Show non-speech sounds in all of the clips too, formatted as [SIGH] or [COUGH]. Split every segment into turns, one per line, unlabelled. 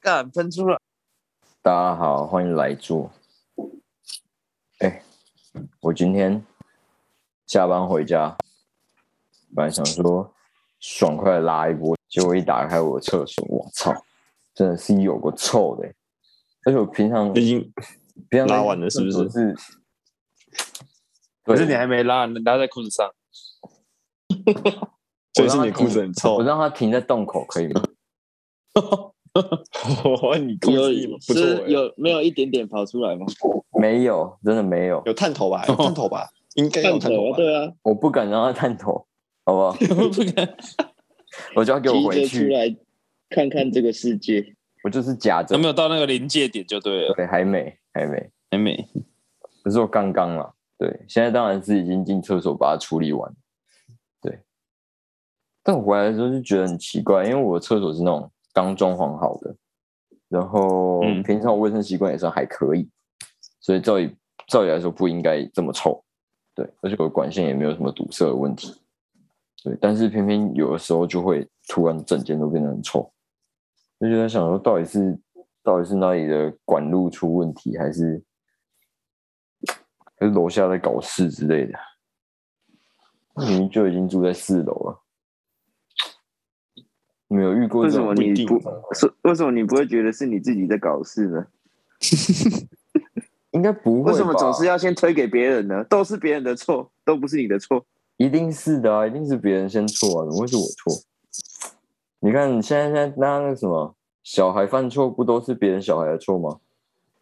干喷出来！
大家好，欢迎来住。哎、我今天下班回家，本来想说爽快地拉一波，结果一打开我的厕所，我操，真的是有个臭的、而且我平常
最近
平常
拉完了是不是
是
可是你还没拉，你拉在裤
[LAUGHS]
子上。
所以是你裤子 [LAUGHS] 很臭
我，让它停在洞口可以吗？
哦你裤
有
子不错
是
欸，
有没有一点点跑出来吗？
没有，真的没有，
有探头 [LAUGHS] 吧？有探头吧？应该有
半
探
头
头
啊，
吧？
对 [LAUGHS] 啊，
我不敢让它探头，好
[LAUGHS]
不好？我就要给我
提
回
着出
去，
来看看这个世 [LAUGHS] 界。
我就是夹着
还，没有到那个临界点就对了，
对，还没，还没。
还没。
可是我刚刚啦，对，现在当然是已经进厕所把它处理完，对。但我回来的时候就觉得很奇怪，因为我的厕所是那种刚装潢好的，然后
嗯
平常我卫生习惯也算还可以，所以照理照理来说不应该这么臭，对，而且我的管线也没有什么堵塞的问题，对，但是偏偏有的时候就会突然整间都变得很臭，就觉得想说到底是到底是哪里的管路出问题，还是还是楼下在搞事之类的？明明就已经住在四楼了，没有遇过
为
这
什
种
么
不一
你
定
不是？为什么你不会觉得是你自己在搞事呢？
应该不会吧？
为什么总是要先推给别人呢？都是别人的错，都不是你的错。
一定是的啊，一定是别人先错啊，怎么会是我错？你看你现在现在那那个什么，小孩犯错不都是别人小孩的错吗？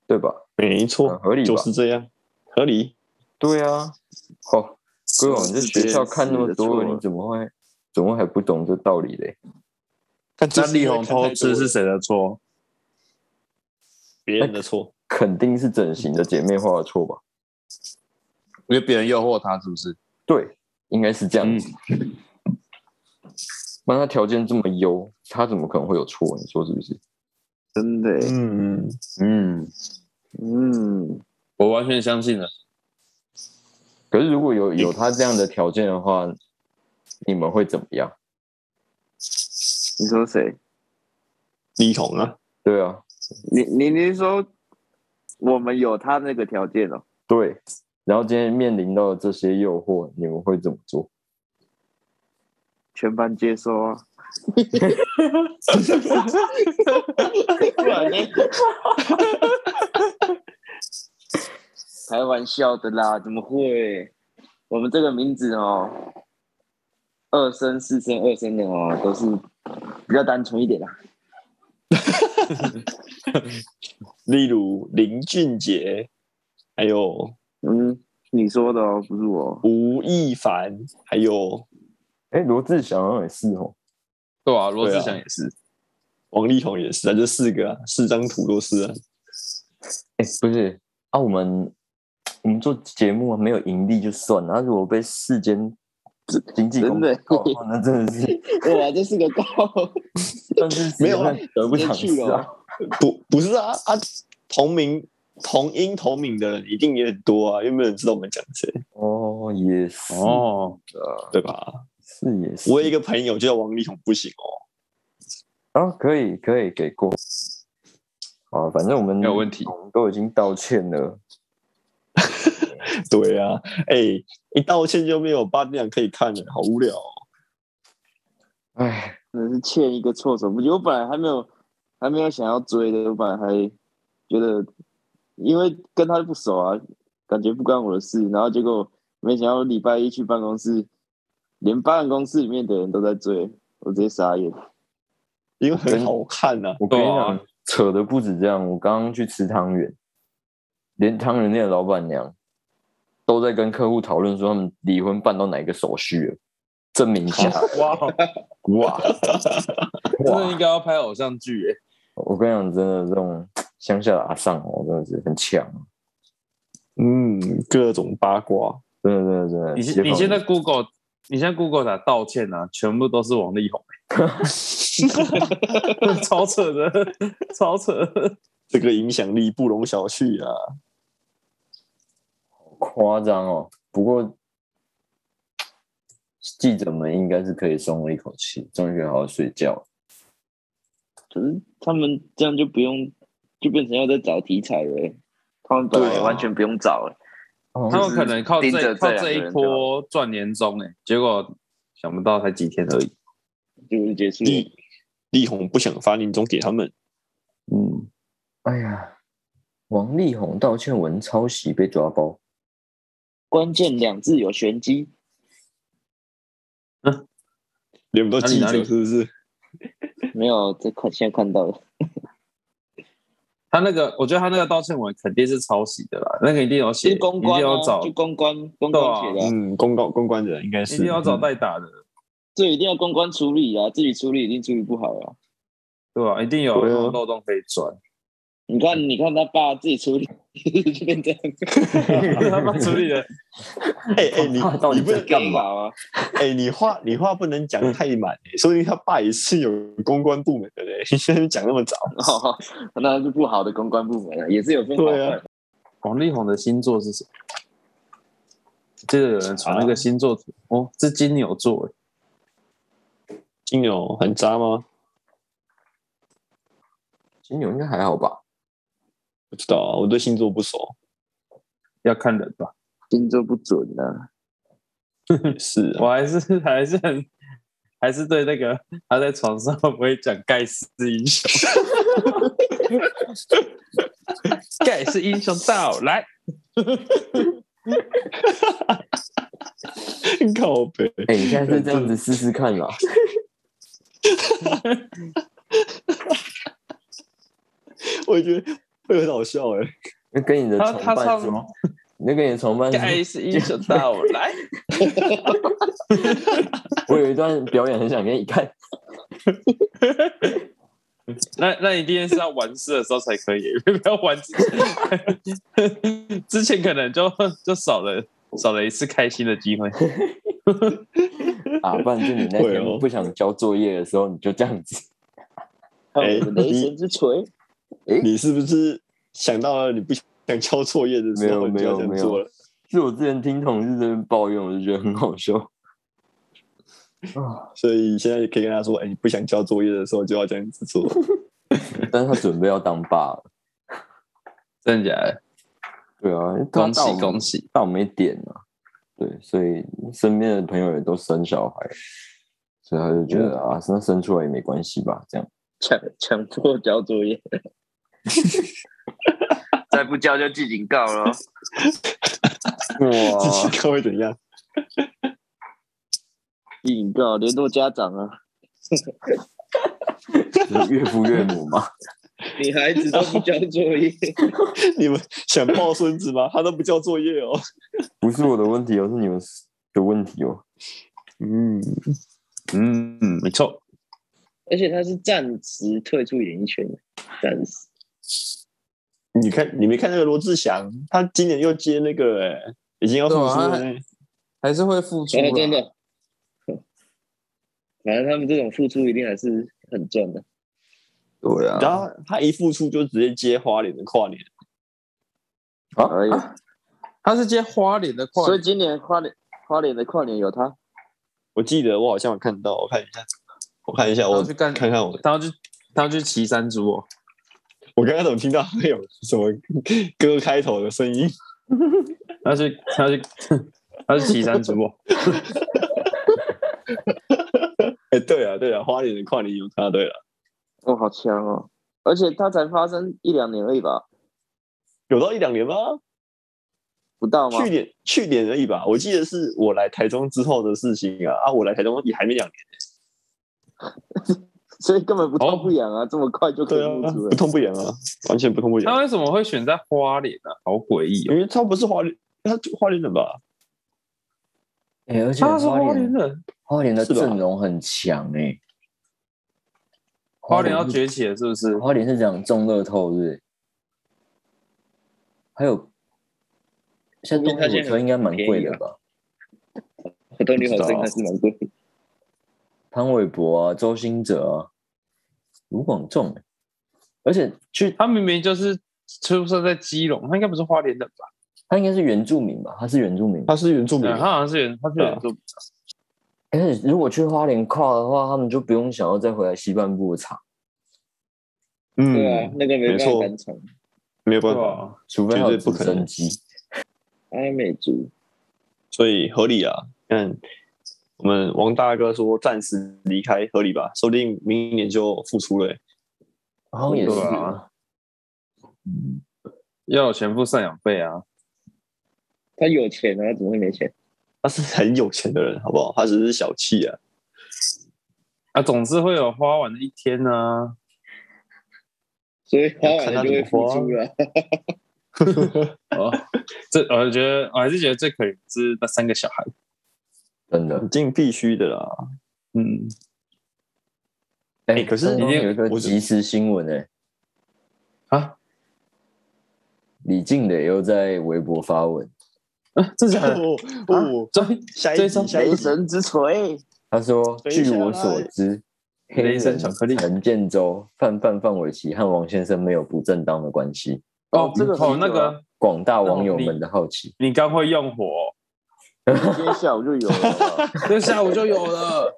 对吧？
没
很
哦
错，
合理吧？
就是这样，合理。
对啊，哦，哥，我们在学校看那么多，
是的啊
你怎么会怎么会还不懂这道理嘞？
但
那力宏偷吃是谁的错？
别人的错，
肯定是整形的姐妹花的错吧？
因为别人诱惑他，是不是？嗯
对，应该是这样子。那、他条件这么优，他怎么可能会有错？你说是不是？
真的欸，
嗯，
嗯，
嗯，
我完全相信了。
可是如果有有他这样的条件的话，你们会怎么样？
你说谁？
力宏啊，
对啊，
你你你是说我们有他那个条件哦？
对。然后今天面临到这些诱惑，你们会怎么做？
全班接收啊！不然呢？ [LAUGHS] 开玩笑的啦，怎么会？我们这个名字哦，二声、四声、二声的哦，都是比较单纯一点啦。
例如林俊杰，还有
嗯，你说的哦，不是我。
吴亦凡，还有
哎，罗志祥好像也是哦，
对啊，罗
对啊
志祥也是。
王力宏也是啊，这四个啊，四张图都是啊。
哎，不是啊，我们我们做节目啊没有盈利就算了，啊如果被世间经济
真
公
的
司搞的话，那真的 [LAUGHS] 是，
[LAUGHS] 哇，这是个高，
但是
没有啊
得不偿
直接去
失啊。
不不是啊啊，同名同音同名的人一定也很多啊，又没有人知道我们讲谁，
哦，也是，
哦，
对吧？
是也是。
我有一个朋友叫王力宏，不行哦，
啊，可以可以给过。啊，反正我们
没有
嗯
问题
我们都已经道歉了。
对啊，哎、一道歉就没有八点档可以看了，好无聊、哦。
哎，
真的是欠一个措手不及。我本来还没有还没有想要追的，我本来还觉得，因为跟他不熟啊，感觉不关我的事。然后结果没想到礼拜一去办公室，连办公室里面的人都在追，我直接傻眼。
因为很好看呐、啊，
我跟你
对
讲
啊，
扯的不止这样。我刚刚去吃汤圆，连汤圆店的老板娘都在跟客户讨论说他们离婚办到哪一个手续了，证明一下。
[LAUGHS] 哇，哦
哇
[LAUGHS] 真的应该要拍偶像剧诶。
我跟你讲，真的这种乡下的阿上哦，真的是很哦强，
嗯，各种八卦，
真的真的真的。
你
解
现
放
你现在
了
Google，你现在 Google 打道歉啊，全部都是王力宏
[LAUGHS]
欸，超扯的，超扯的。
这个影响力不容小觑啊。
夸张哦，不过记者们应该是可以松了一口气，终于可以好好睡觉了。
可是他们这样就不用，就变成要再找题材了欸、他们本来
对
也
啊
完全不用找、欸，
哦
他们可能靠
盯着
这靠
这两个
这一
人
波赚年终哎、结果想不到才几天而已。
就结束了。
力力宏不想发年终给他们，
嗯，哎呀，王力宏道歉文抄袭被抓包，
关键两字有玄机，
连我们都记
哪里
着
哪里啊
是不是？
没有这看现在看到了，
他那个，我觉得他那个道歉文肯定是抄袭的啦，那个一定有写，
是公
一
关
定
啊
要，找
就，公关公关写的啊、
嗯，公告公关人应该是
一定要
嗯
找代打的，
这一定要公关处理啊，自己处理一定处理不好啊。
对吧、一定有
对啊
漏洞可以钻。
你看，你看他爸自己处理 [LAUGHS] 就变 [LAUGHS] 这样，
[LAUGHS] 他们处理的，
哎哎，你
到底
你不能
在干嘛
好啊？
哎，你话你话不能
嗯
讲太满，欸说不定他爸也是有公关部门的嘞，你现在讲那么早，
嗯
哦，那是不好的公关部门啊，也是有分好
[LAUGHS] 对啊
坏。
王力宏的星座是什么？记得有人传那
啊
个星座图，哦，是金牛座耶，
金牛很渣吗？
金牛应该还好吧？
不知道啊，我对星座不熟。
要看人吧。
星座不准啊，
嗯
是啊， [LAUGHS]
我还是 [LAUGHS] 还是很，还是对那个他在床上会不会讲盖世英雄， [LAUGHS] 盖世英雄到来，
靠北，
哎、你现在是这样子试试看啦。
我觉得会很好笑哎。
那跟你的
[LAUGHS] 他
床
他
伴
唱
说，那跟你的床伴说，
哎
盖世英雄到 [LAUGHS] 来，
我有一段表演很想给你看。 [LAUGHS]
那那一定是要完事的时候才可以， [LAUGHS] 不要完之前，之前可能就就少了少了一次开心的机会。
啊，不然就你那
会哦
天不想交作业的时候，你就这样子。 [LAUGHS]
哎
我的哦雷神之锤，
你是不是想到了你不想交作业的时候，你
没
就要
有
这样
没有
做了？
是我之前听同事这边抱怨，我就觉得很好笑。啊，
所以现在可以跟他说，哎，你不想交作业的时候就要这样子做。 [LAUGHS]
但是他准备要当爸了。
真的假的？
对啊，他
恭
到
喜恭喜！
但我没点啊。对，所以身边的朋友也都生小孩，所以他就觉得、啊，那生出来也没关系吧，这样。
强强迫交作业， [LAUGHS] 再不交就记警告了。
自 [LAUGHS]
哇，
己看会怎样？
记警告，联络家长啊，
就是岳父岳母嘛，
你孩子都不交作业，
你们想抱孙子吗？他都不交作业哦。
不是我的问题哦，是你们的问题哦。
嗯，
嗯，没错，
[LAUGHS] 而且他是暂时退出演艺圈，暂时。
你看你没看那个罗志祥，他今年又接那个、哎，已经要复出了、欸
对啊还是会付出
然
啦
后真的， [LAUGHS] 反正他们这种付出一定还是很赚的。
对
然，后他一复出就直接接花脸的跨年，
哎呀，
他是接花脸的跨
所以今年花莲花莲的跨年有他，
我记得我好像有看到，我看一下，我看一下，
我
我
去干
看看我，
他要去他要去骑山猪哦，
我刚刚怎么听到会有什么歌开头的声音？
他要去他要去 [LAUGHS] 他要去骑山猪哦，
哎、对啊对啊，花脸的跨年有他，对了，
哦，好强哦！而且他才发生一两年而已吧，
有到一两年吗？
不到吗？
去年去年而已吧，我记得是我来台中之后的事情啊啊，我来台中也还没两年，
所以根本不
哦
痛不痒啊，这么快就可
对
以露
啊
出，
不
[LAUGHS] 了。
痛不痒啊，完全不痛不痒
他，为什么会选在花脸呢、好诡异
因
哦！
为他不是花脸，他就花脸人吧？
哎、而且
他是
花
花
莲
脸人，
花莲的啊
是吧
阵容很强哎、
花脸
啊
要崛起了是不是？
花莲是讲中乐透是不是？还有，像动力火车应该蛮贵的吧？
动力火
不知
车
道
还是蛮贵的，
潘玮柏啊，周兴哲啊，卢广仲、欸，而且去
他明明就是出生在基隆，他应该不是花莲人吧？
他应该是原住民吧？他是原住民吧。
他是原住民
嗯，他好像是原他是
啊
原住民，
而且如果去花莲跨的话，他们就不用想要再回来西半部的厂，
对啊
嗯，，
那个没办
没
法
错
单场，
没有办法，
哇，
除非他有
绝对不
直
可
升
能
机，
哎，美足
所以合理啊。嗯，我们王大哥说暂时离开合理吧，说不定明年就复出了欸、
好像也是
对啊要有钱付赡养费啊，
他有钱啊，怎么会没钱？
他是很有钱的人，好不好？他只是小气啊。
啊，总是会有花完的一天啊。
所以花完了就会付出啊了。
哦，这我觉得我还是觉得最可怜的是那三个小孩。
真的
一。定必须的啦。
嗯，
哎、
欸可是
刚刚有一个
我
即时新闻哎、
啊
李静磊又在微博发文，
啊，这假的？
哦哦，
终于
下一
这一
集，
张
下一
雷
集，
神之锤，
他说：“
等一下
据
啦
我所知，黑
雷神
人
巧克力
陈建州、范范范玮琪和王先生没有不正当的关系。
哦，
这个
哦
很
那
久
个
啊
广大网友们的好奇，
你刚会用
[LAUGHS]
火，哦
今天下午就有
[LAUGHS]
了。
这下午就有了。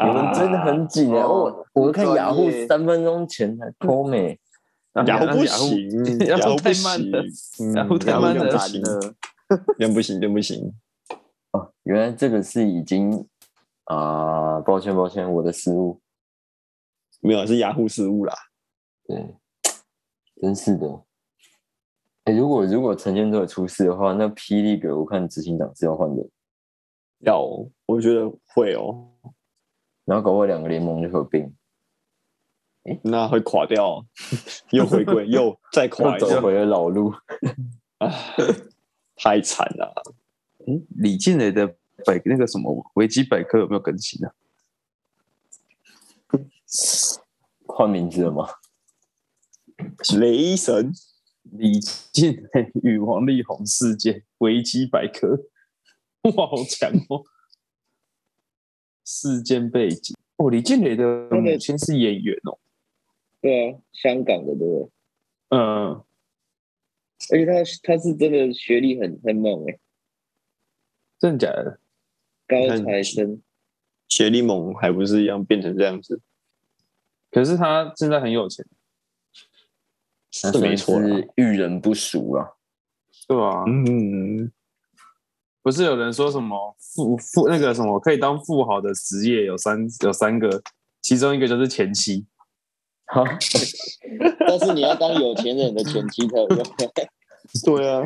你
啊
们真的很紧啊！
哦
我我看
专业
雅虎三分钟前才抠美，
啊雅虎
那
不，行，
雅
虎
虎
不
太慢
行
了，
嗯
雅虎太
雅
慢
不
了
了，
行，
了，
人不行，人不行。
嗯
哦，原来这个是已经啊、抱歉抱歉，我的失误，
没有，是雅虎失误啦。
对，真是的。哎，如果如果陈建州也出事的话，那霹雳鬼我看执行长是要换的，
要哦，我觉得会哦，
然后搞不好两个联盟就合并，
那会垮掉哦， [LAUGHS] 又回归，又再垮
又
一
走
次，
回了老路。
太惨了。
诶李静蕾的百那个什么维基百科有没有更新啊？
换名字了吗？
雷神，
李健与王力宏事件，维基百科，哇，好强哦！事件背景哦，李建磊的母亲是演员哦，
对啊，香港的对不
嗯，
对？而且他他是真的学历很很猛哎、
真的假的？
高材生。
学历猛还不是一样变成这样子？
可是他现在很有钱，
那
是
算
没错啦。
是遇人不淑啊。
对啊，
嗯，
不是有人说什么富富那个什么可以当富豪的职业有三有三个，其中一个就是前妻，
哈，
[LAUGHS] 但是你要当有钱人的前妻才有用。
对啊，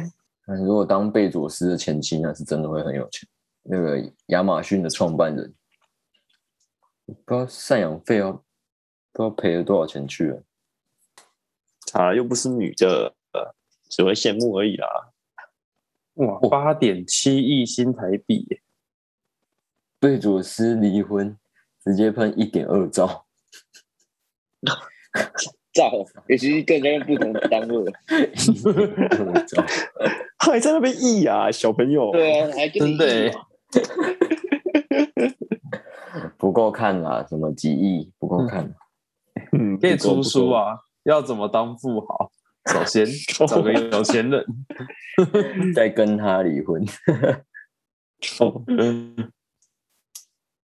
那如果当贝佐斯的前妻，那是真的会很有钱。那个亚马逊的创办人，不知道赡养费要不知道赔了多少钱去了。
她又不是女的，呃只会羡慕而已啦。 [LAUGHS]
哇，八点七亿新台币耶，
贝佐斯离婚，直接喷一点二兆，
造，尤其是更加用不同的单位。
二兆，
还在那边意啊，小朋友。
对啊，还跟你
真的欸耶，
不够看啦，什么几亿不够看。
嗯，
可以
不错哦
出书！啊，要怎么当富豪？首先找个有钱人，嗯
再跟他离
[LAUGHS]
婚，
不错哦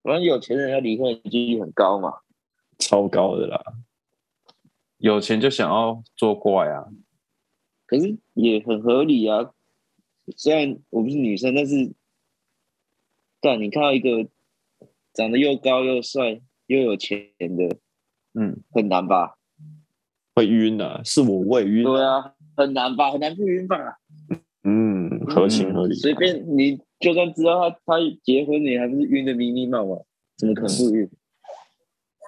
反正有钱人要离婚的几率很高嘛。
超高的啦。
[LAUGHS] 有钱就想要作怪啊！
可是也很合理啊。虽然我不是女生，但是，但你看到一个长得又高又帅又有钱的，
嗯，
很难吧？
会晕啊，是我会
嗯
晕。
对啊，很难吧？很难不晕吧？
嗯，合情合理。
随便你就算知道他他结婚，你还不是晕的迷迷茫茫？怎么可能不晕？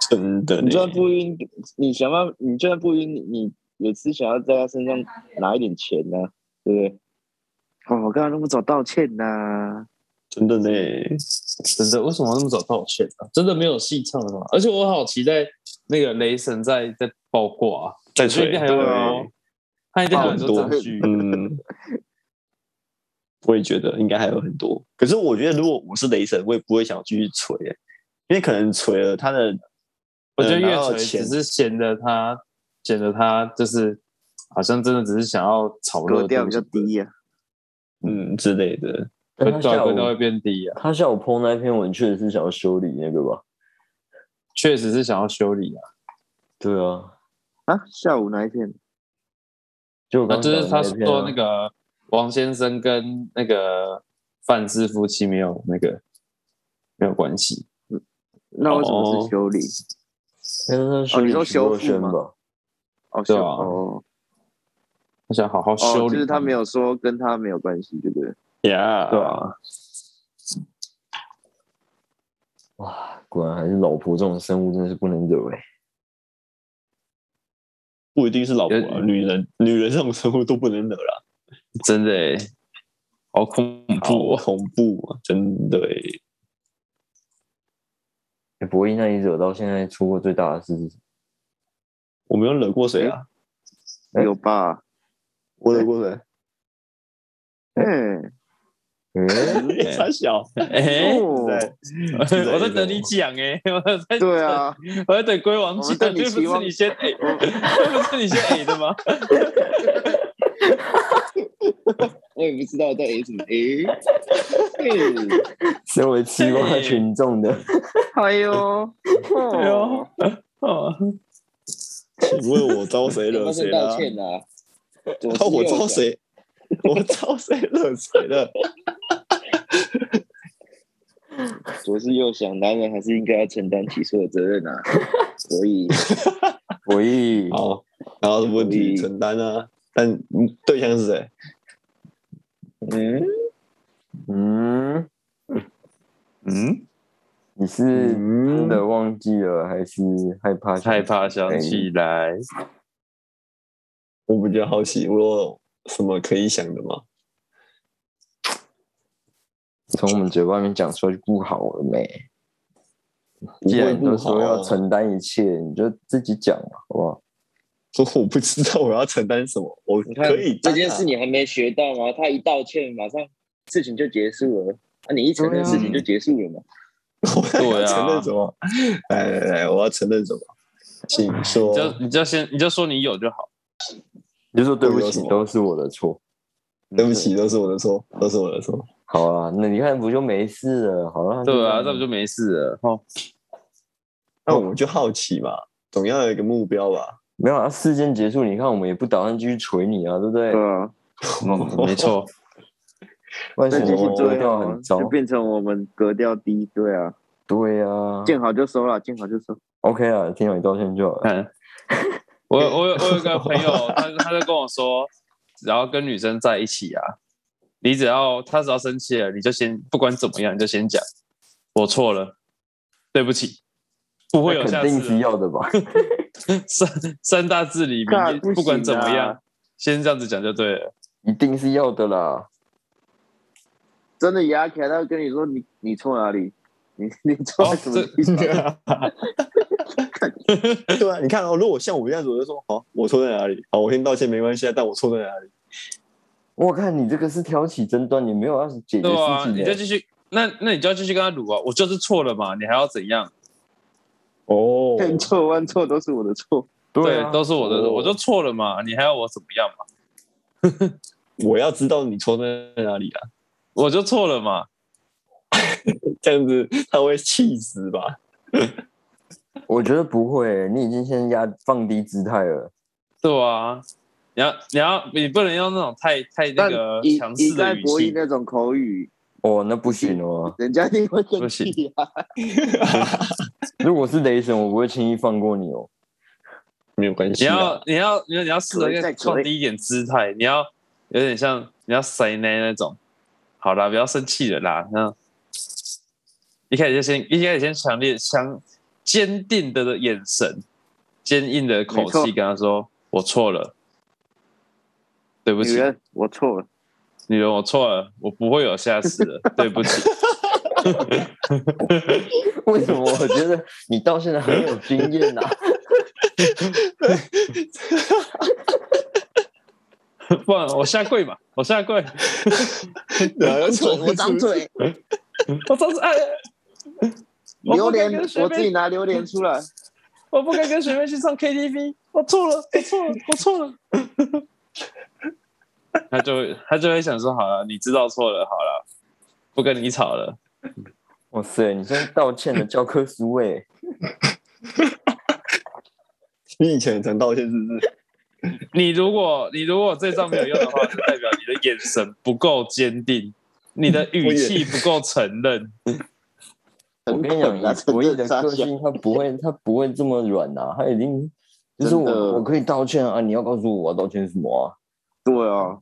真的呢，
你就算不晕，你想办法，你就算不晕，你你也是想要在他身上拿一点钱呢、对不对？哦，我刚刚那么早道歉呐、
真的呢，
真的，为什么那么早道歉啊？真的没有戏唱了吗？而且我好期待那个雷神在在爆挂、啊，
在
所以一
吹
定还有很哦
对
多，他一定还有很多
爆很多
证据。
嗯，我也觉得应该还有很多。可是我觉得，如果我是雷神，我也不会想继续锤、欸，因为可能锤了他的，
我觉得
呃
月
拿到
锤
钱
只是显得他显得他就是好像真的只是想要炒热
格
度
调比较低呀、
嗯之类的。
对
但他
对
下
格调会
午
变低啊，
他下午 PO 那篇文，确实是想要修理那个吧？
确实是想要修理啊。
对啊，
啊，下午哪一片？
就我
那
刚刚
就
讲的
是他
一篇啊
说那个王先生跟那个范氏夫妻没有那个没有关系，
那为什么是修理？
哎那是
哦你说
徐
修
若
复
瑄
吗
吧？
哦，
对
修
啊
哦
我想好好修
哦，
理。
就是他没有说跟他没有关系，对不对？
呀，
对啊，
哇，果然还是老婆这种生物真的是不能惹哎、
不一定是老婆
有
啊，女人女人这种生物都不能惹啦，
真的欸，好恐
好
怖哦！
恐怖啊，真的欸。
欸。博弈那你惹到现在出过最大的事是什么？
我没有惹过谁啊？
哎
有吧？
我惹过 [LAUGHS] 谁？
嗯，
[LAUGHS] 哎
哎傻小，
哎，
哦
对，
我在等你讲哎，我在
对啊，
我在等龟王
我
讲
们，对你
这不
期
是
望
你先 A，这不是你先 A 的
[LAUGHS]
吗？
我也不知道在 A 什么 A。哎
[LAUGHS]
身为吃瓜群众的，
哎呦，
[LAUGHS] 啊
哦，
哦，
请问我招谁惹
发
谁
声
了
道？歉啦、啊，左
啊
思
[LAUGHS]
右
我招
想
谁？我招谁惹谁了？
左思右想，男人还是应该要承担起所有责任
[LAUGHS]
啊。所以
博弈
好，然后问题承担啊，但嗯对象是谁？
嗯，
嗯，
你是真的忘记了，还是嗯害怕？
害怕想起来，
我比较好奇，我有什么可以想的吗？
从我们嘴巴里面讲出来就不好了没？
不
既
会
然你
不
都
好
说要
啊，
承担一切，你就自己讲嘛，好不好？
说我不知道我要承担什么，我
你看
可以
这
担
件
啊
事你还没学到吗？他一道歉，马上事情就结束了。那、你一承认
对啊
事情就结束了嘛？
我
对
要
啊
承认什么？来来来，我要承认什么？请
你
说。
就你就先你就说你有就好。
你就说对不
我有什
起，
么
都是我的错。
对不起，都是我的错，都是我的错。
好啊，那你看不就没事了？好
嗯
了，
对啊，
这
那
样
不就没事了？哦，
那我们就好奇嘛，总要有一个目标吧。
没有啊。事件结束，你看我们也不打算继续锤你啊，对不对
对？啊，
嗯没错，
万
再继
一
续
我们格
追
调
啊
很，糟
就，变成我们格调低，对啊，
对啊。
见好就收啦，见好就收。
OK 啊，听到你道歉就好了。
看，我我有我有一个朋
[LAUGHS]
友，他他就跟我说，只要跟女生在一起啊，你只要她只要生气了，你就先不管怎么样，你就先讲，我错了，对不起，不会有
那
下
肯定
次啊
是
了。
要的
[LAUGHS]
吧？
三三大至理名
干
言，不管
行
怎么样
啊，，
先这样子讲就对了。
一定是要的啦。
真的牙起来，他会跟你说你你错哪里，你你错
哦
在什么地方？
[LAUGHS] 对啊，你看哦，如果像我这样子，我就说好，我错在哪里？好，我先道歉没关系啊，但我错在哪里？
我看你这个是挑起争端，你没有要解决
对啊，
事
你
情
就
的。欸
继续，那那你就要继续跟他撸啊，我就是错了嘛，你还要怎样？
哦，
[LAUGHS]
千错万错都是我的错。
对，
啊，
都是我的，
哦
我就错了嘛，你还要我怎么样嘛？
我要知道你错在哪里啊，
我就错了嘛，
这样子他会气死吧？
我觉得不会，欸你已经先压放低姿态了。
对啊，你要你要你不能用那种太太那
但
个
以
强
以
势
在
的语
博弈
气，
那种口语，
哦，那不行哦。
人家一定会
不
生
行
气啊。
如果是雷神，我不会轻易放过你哦。
没有关系
你
啊
要，你要你要你要试着
可以再可以
放低一点姿态，你要有点像你要塞奶那种。好啦，不要生气了啦。那一开始就先一开始先强烈强坚定的眼神，坚硬的口
没错
气跟他说：“我错了，对不
女
起，
人，我错了，
女人，我错了，我不会有下次了，对不起。” [LAUGHS]
为什么？我觉得你到现在很有经验啊呐、
不然我下跪嘛，我下跪，
然后
我我张，嘴，
我上次哎，我
榴
不敢
莲
跟，学
我自己
妹，
拿榴莲出来。
我不该跟学妹去唱 KTV，我错了，我错了，我错了。他就会他就会想说，好了，你知道错了，好了，不跟你吵了。
哇欸塞，你现在道歉的教科书哎、
[LAUGHS] 你以前很常道歉是不是？
你如果你如果这招没有用的话，就代表你的眼神不够坚定，你的语气不够承认。
我跟你讲，以博弈的个性他不 [LAUGHS] 会，他不会这么软呐、他已经就是
真的
我我可以道歉啊，你要告诉我我要道歉什么啊？
对啊，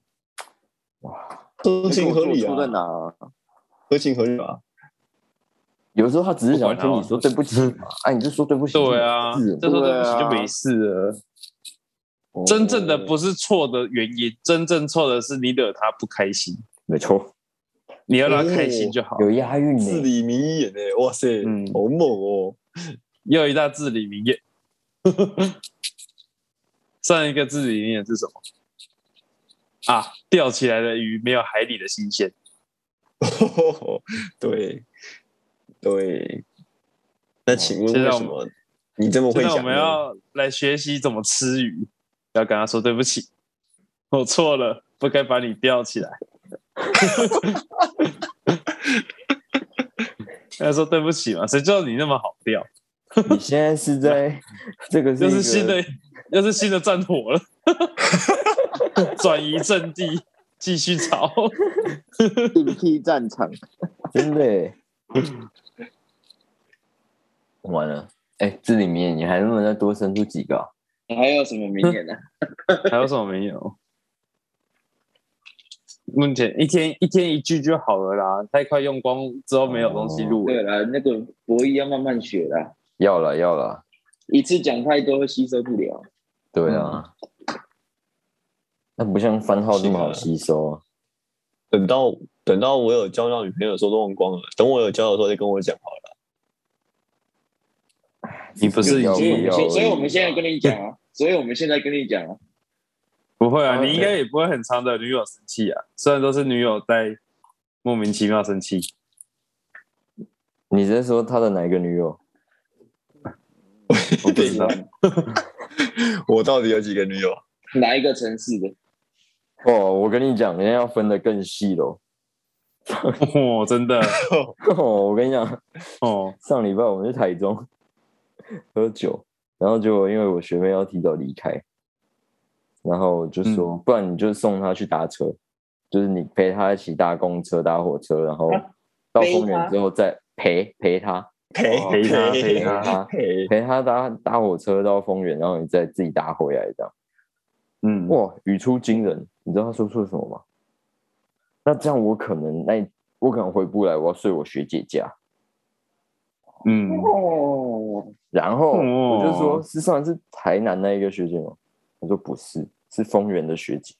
合情合理
错在
啊，
哪啊？
合情合理啊。
有时候他只是想
不管
听
啊
你说对不起
[LAUGHS]
嘛，啊，你就说对不起，
对啊，
是
这时候对
对
不起
啊
就没事了。
哦
真正的不是错的原因，真正错的是你惹他不开心，
没错，
你要让他开心就好。
有押
嗯
韵
至
呢、
理名言诶、哇塞，
嗯
好猛哦！ [LAUGHS]
又一大至理名言。 [LAUGHS] 上一个至理名言是什么？啊，钓起来的鱼没有海里的新鲜。
对对，那请问
现在
为
我
什
们
么你这么会
现在
讲
我
呢？
们要来学习怎么吃鱼，要跟他说对不起，我错了，不该把你吊起来。 [LAUGHS] 他说对不起嘛，谁知道你那么好钓？
你现在是 [LAUGHS] 在这个是
又
一
是
个
新的，又是新的战火了，转移阵地，继续吵。
另辟战场，
真的、 [LAUGHS] 欸，完了，哎、这里面你还能不能再多生出几个啊、
还有什么名言呢、
[LAUGHS] 还有什么没有？目前一天一天一句就好了啦，太快用光之后没有东西录了。
对啦，那个博弈要慢慢学啦，
要了要了，
一次讲太多会吸收不了。
对啊，那、不像番号那么好
是
吸收啊。
等到等到我有交到女朋友的时候都忘光了，等我有交的时候再跟我讲好了。
你不是
要
所以我们
不要
现，所以我们现在跟你讲啊，所以我们现在跟你讲啊，
不会啊，
啊
你应该也不会很常惹女友生气啊。虽然都是女友在莫名其妙生气，
你在说他的哪一个女
[LAUGHS]
友？
我不知道。
我到底有几个女友？
哦
哪一个城市的？
哦，我跟你讲，人家要分得更细喽。
哦，真的
哦，我跟你讲，
哦，
上礼拜我们去台中喝酒，然后结果因为我学妹要提早离开，然后我就
嗯
说，不然你就送她去搭车，就是你陪她一起搭公车、搭火车，然后到
背
公
她
园之后再陪陪她，
陪
陪她陪
陪她，
陪，
陪她搭搭火车到丰原，然后你再自己搭回来这样。
嗯，
哇，语出惊人！你知道他说出了什么吗？那这样我可能那一我可能回不来，我要睡我学姐家。
嗯，
哦，
然后
哦
我就说，是上一次台南那一个学姐吗？他说不是，是丰原的学姐。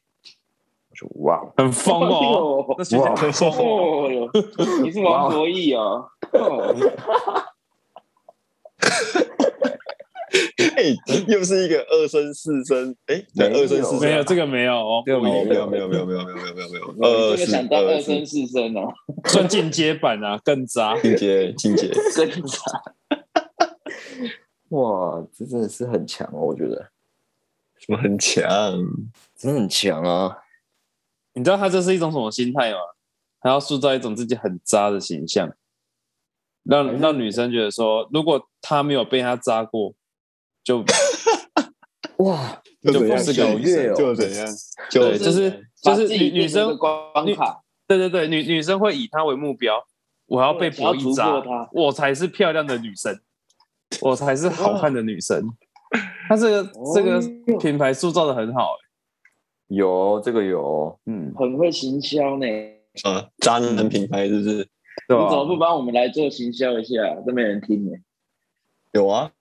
我说哇哦，
很疯哦。
哦
那学姐
哇
很疯哦，
哦哟，你是王博弈哦。哦
哎、又是一个二生四生，哎、对，
没有
二生四生
没有这个没有哦，
对，
哦，
没
没有
有
没有没有没有没有没有没有没有，
你这
二
个
四
想当二
二
生
四，
四生哦，
算进阶版啊，更渣。
进阶进阶，
[LAUGHS]
真的。
哇，这真的是很强哦，我觉得
什么很强？
真的很强啊。
你知道他这是一种什么心态吗？他要塑造一种自己很渣的形象，让让女生觉得说，如果他没有被他渣过，
[LAUGHS]
就
哇，
就怎样
就不是个
小月哦
就怎样，
对，
就
就是就
把
是
自己
女女
变成
生
一个关卡，
对对对，女女生会以她为目标，我要被博弈
想要突破
渣
她，
我才是漂亮的女生，我才是好看的女生。她这个
哦
这个品牌塑造的很好、欸
有这个有，哦
嗯，
很会行销呢。你
啊，渣男品牌是不是？
怎
对啊
么
吧？
不帮我们来做行销一下？都没人听呢。
有啊，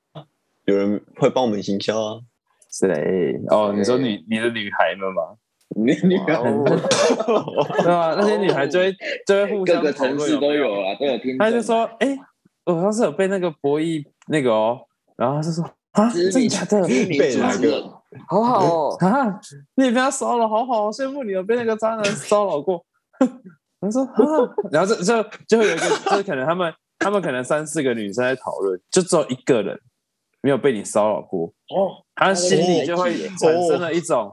有人会帮我们行销啊。
谁？哦，你说你你的女孩们嘛，
你你
哇哦
[LAUGHS] 对啊，那些女孩就会就会互
各
相
个
讨论
城市都
没
有啊，都有听众。
她就说，哎、我上次有被那个博弈那个哦，然后她就说啊，
知名
真的假的？
知名
被
主
哪
持
个
人，
好好哦，
啊，你也被他骚扰，好好，羡慕你有被那个渣男骚扰过。我说啊，然后这就就会有一个，就是可能他们他们可能三四个女生在讨论，就只有一个人没有被你骚扰过，
哦，
他心里就会产生了一种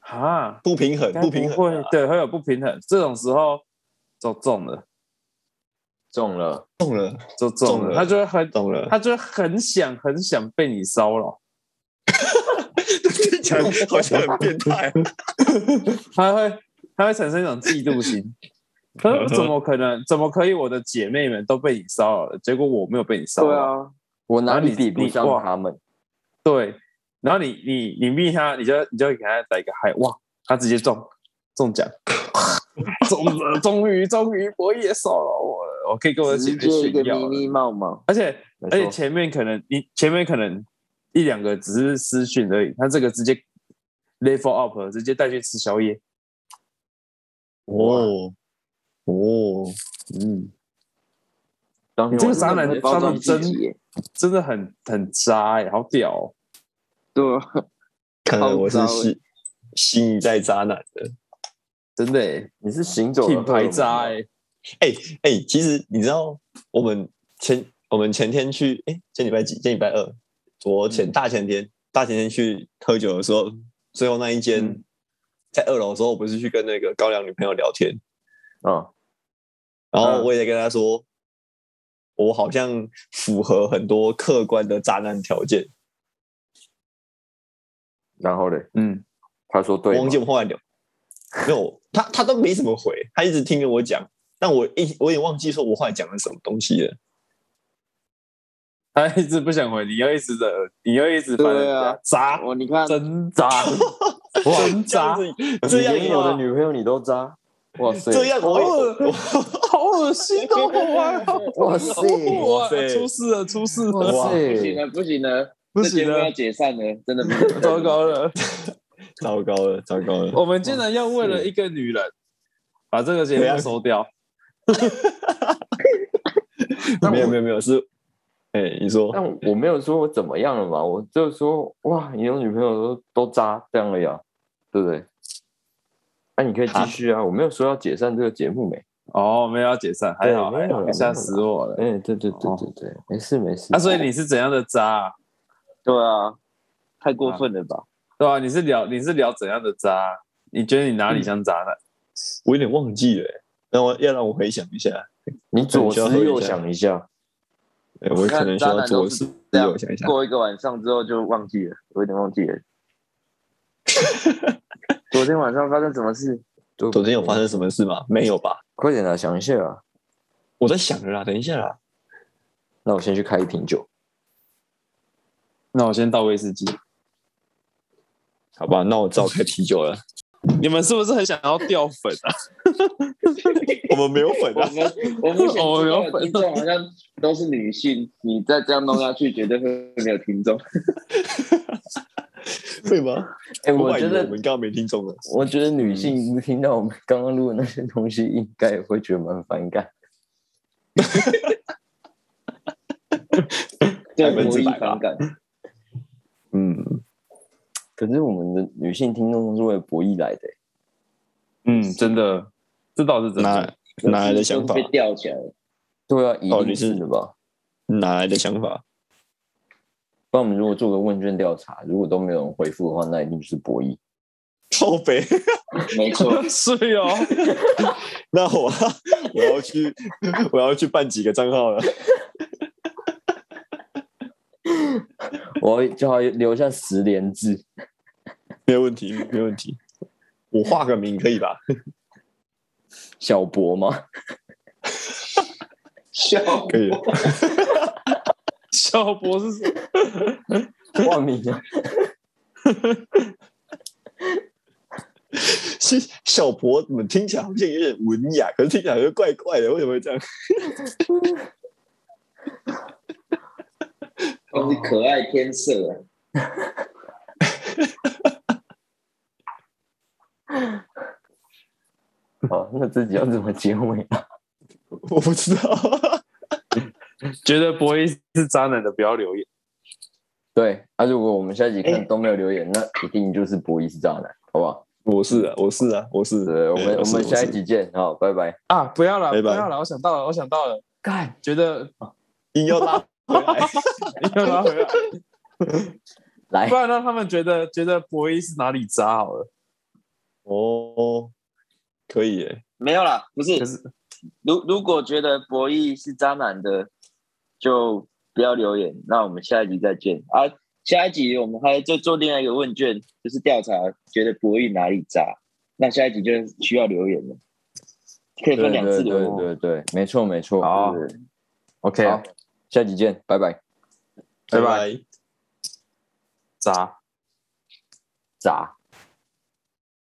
啊，
不平衡，
该
不平衡
会
啊，
对会有不平衡，这种时候就中了，
中了，
中了，
就中
中
了，
了
他就会很
懂了。
他就会很想很想被你骚扰，
讲好像很变态哦。
他会他会产生一种嫉妒心。
[LAUGHS]
他说：“怎么可能？怎么可以？我的姐妹们都被你骚扰了，结果我没有被你骚
对
扰。
啊，
我哪
然后
里
你
比不
你
上
哇
他们？
对，然后你你你密他，你就你就给他打一个嗨，哇，他直接中中奖， [LAUGHS] 终终于终于博弈也骚扰我了，我可以跟我的姐
直
妹
接一个
炫
咪
耀
咪
了。
冒冒，
而且
没
而且
错
前面可能你前面可能一两个只是私讯而已，他这个直接 level up，直接带去吃宵夜。
哦哦，嗯，
当
你
天
哎
晚
这个渣
上
男
会，包
渣
装
男真
自己耶
真的很很渣哎、好屌、哦！
对啊，
看来我是
超糟欸
新新一代渣男的。
真的、欸，
你是行走的
品牌
荷尔蒙
渣
啊
哎、
哎、哎、其实你知道，我们前我们前天去，哎、前礼拜几？前礼拜二，昨前、
嗯
大前天，大前天去喝酒的时候，最后那一间、
嗯
在二楼的时候，我不是去跟那个高粱女朋友聊天，
啊！
然后
嗯
我也在跟她说，我好像符合很多客观的渣男条件。
然后嘞，
嗯，
他说
我
对吗
忘记我们后来聊，没有，他他都没怎么回，他一直听着我讲，但我一我也忘记说我后来讲了什么东西了。
他一直不想回，你又一直惹，你又一直烦人
对啊
家，渣，
哦
我你看
真渣，真
这样
渣，
子，
你 [LAUGHS]
这样
连我的
话
女朋友你都渣，哇塞，
这样我也我我
好恶心哦！ [LAUGHS] 哇，
哇塞，
哇
哇塞
啊出事了，出事了，
哇
不行
塞，
了，不行了，
不
这节
行
目要
了，
解散了，真的不行
[LAUGHS] 糟糕了，
糟糕了，糟糕
[LAUGHS]
了！
我们竟然要为了一个女人把这个节目收 [LAUGHS] 掉，
没有没有没有，是，哎、你说
但我没有说我怎么样了嘛，我就说哇，你有女朋友都都渣这样了呀，对不对？那、你可以继续啊，我没有说要解散这个节目没？
哦，没有要解散，还好
对没
还
有
好，
了
你吓死我了。
哎、对对对对对，没事没事。
那所以你是怎样的渣啊？
对啊，太过分了吧？
对吧？你是聊你是聊怎样的渣啊？你觉得你哪里像渣男？
我有点忘记了、让我要让我回想一下，
你左
可能需
思
要
右
喝一下
想一下，
哎，我可能需要左思
这样
右想一下。
过一个晚上之后就忘记了，我有点忘
[LAUGHS]
记了。昨天晚上发生什么事？
昨
昨天有发生什么事吗？没有吧？
快点啊，想一下啊。
我在想了啦，等一下啦。
那我先去开一瓶酒，
那我先倒威士忌。
好吧，那我只好开啤酒了。 [LAUGHS]
你们是不是很想要掉粉啊？
我们没有粉
我
啊，
们我们
我
想
们
知道
有
的
哦
粉
听众好像都是女性，
你再这样弄下去，绝对会没有听众。
对吗？
哎、
我
我
还以
觉
为
得
我们刚刚没听众了。
我觉得女性听到我们刚刚录的那些东西，应该也会觉得蛮反感。
对
[LAUGHS] 百分
博
之
弈
百吧
反感。
嗯，
可是我们的女性听众是为了博弈来的、欸
嗯，真的，这倒是真的。
哪哪来的
有时候
想法？
被吊起来了，
对啊，一
哦
定
你
是
是
的吧？
哪来的想法？
不然我们如果做个问卷调查，如果都没有人回复的话，那一定就是博弈。
靠北。
没
[LAUGHS]
错，
[LAUGHS] 是哦，
那我我要去 [LAUGHS] 我要去办几个账号了。
我要叫他留下十连字，
没有问题，没有问题。我化个名可以吧？
小博吗？
笑
可以。
小博士是
化名啊，
是小博怎么听起来好像有点文雅，可是听起来又怪怪的，为什么会这样？ [LAUGHS]
都是可爱天色啊。
好，那自己要怎么结尾啊？
我不知道。 [LAUGHS]
觉得博弈是渣男的，不要留言。
对，那、如果我们下一集
哎
看都没有留言，那一定就是博弈是渣男，好不好？
我是啊，我是啊，我是。
对，我
哎
们我
是
们下一
是
集见，好，拜拜。
啊，不要了，
拜
不
拜
要了，我想到了，我想到了，
干，
觉得
硬要拉回来， [LAUGHS]
要拉回来，
来
不，然让他们觉得觉得博弈是哪里渣好了。
哦，可以耶，
没有啦，不是
可。是
如如果觉得博弈是渣男的，就不要留言。那我们下一集再见啊！下一集我们还在做另外一个问卷，就是调查觉得博弈哪里渣。那下一集就需要留言了，可以
对
分两次
对
留言
对
哦。
对对，没错没错。
好
对，OK，
好
下集见，拜拜。
拜
拜拜
拜。
渣。
砸。